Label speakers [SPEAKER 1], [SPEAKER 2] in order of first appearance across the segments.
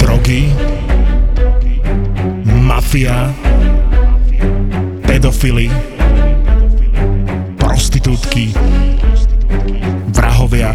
[SPEAKER 1] drogy, mafia, pedofily, prostitútky, vrahovia.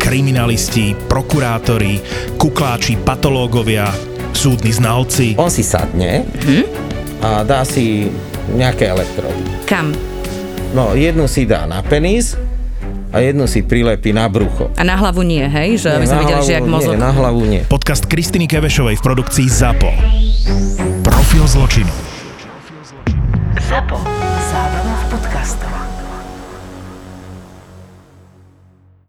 [SPEAKER 1] kriminalisti, prokurátori, kukláči, patológovia, súdni znalci.
[SPEAKER 2] On si sadne
[SPEAKER 3] Mhm.
[SPEAKER 2] a dá si nejaké elektrody.
[SPEAKER 3] Kam?
[SPEAKER 2] No, jednu si dá na penis a jednu si prilepí na brucho.
[SPEAKER 3] A na hlavu nie, hej? Že aby sme
[SPEAKER 2] na
[SPEAKER 3] videli,
[SPEAKER 2] hlavu,
[SPEAKER 3] že jak mozog...
[SPEAKER 2] Nie, na hlavu nie.
[SPEAKER 1] Podcast Kristiny Kevešovej v produkcii ZAPO. Profil zločinu.
[SPEAKER 4] ZAPO. Zábrná v podcastovách.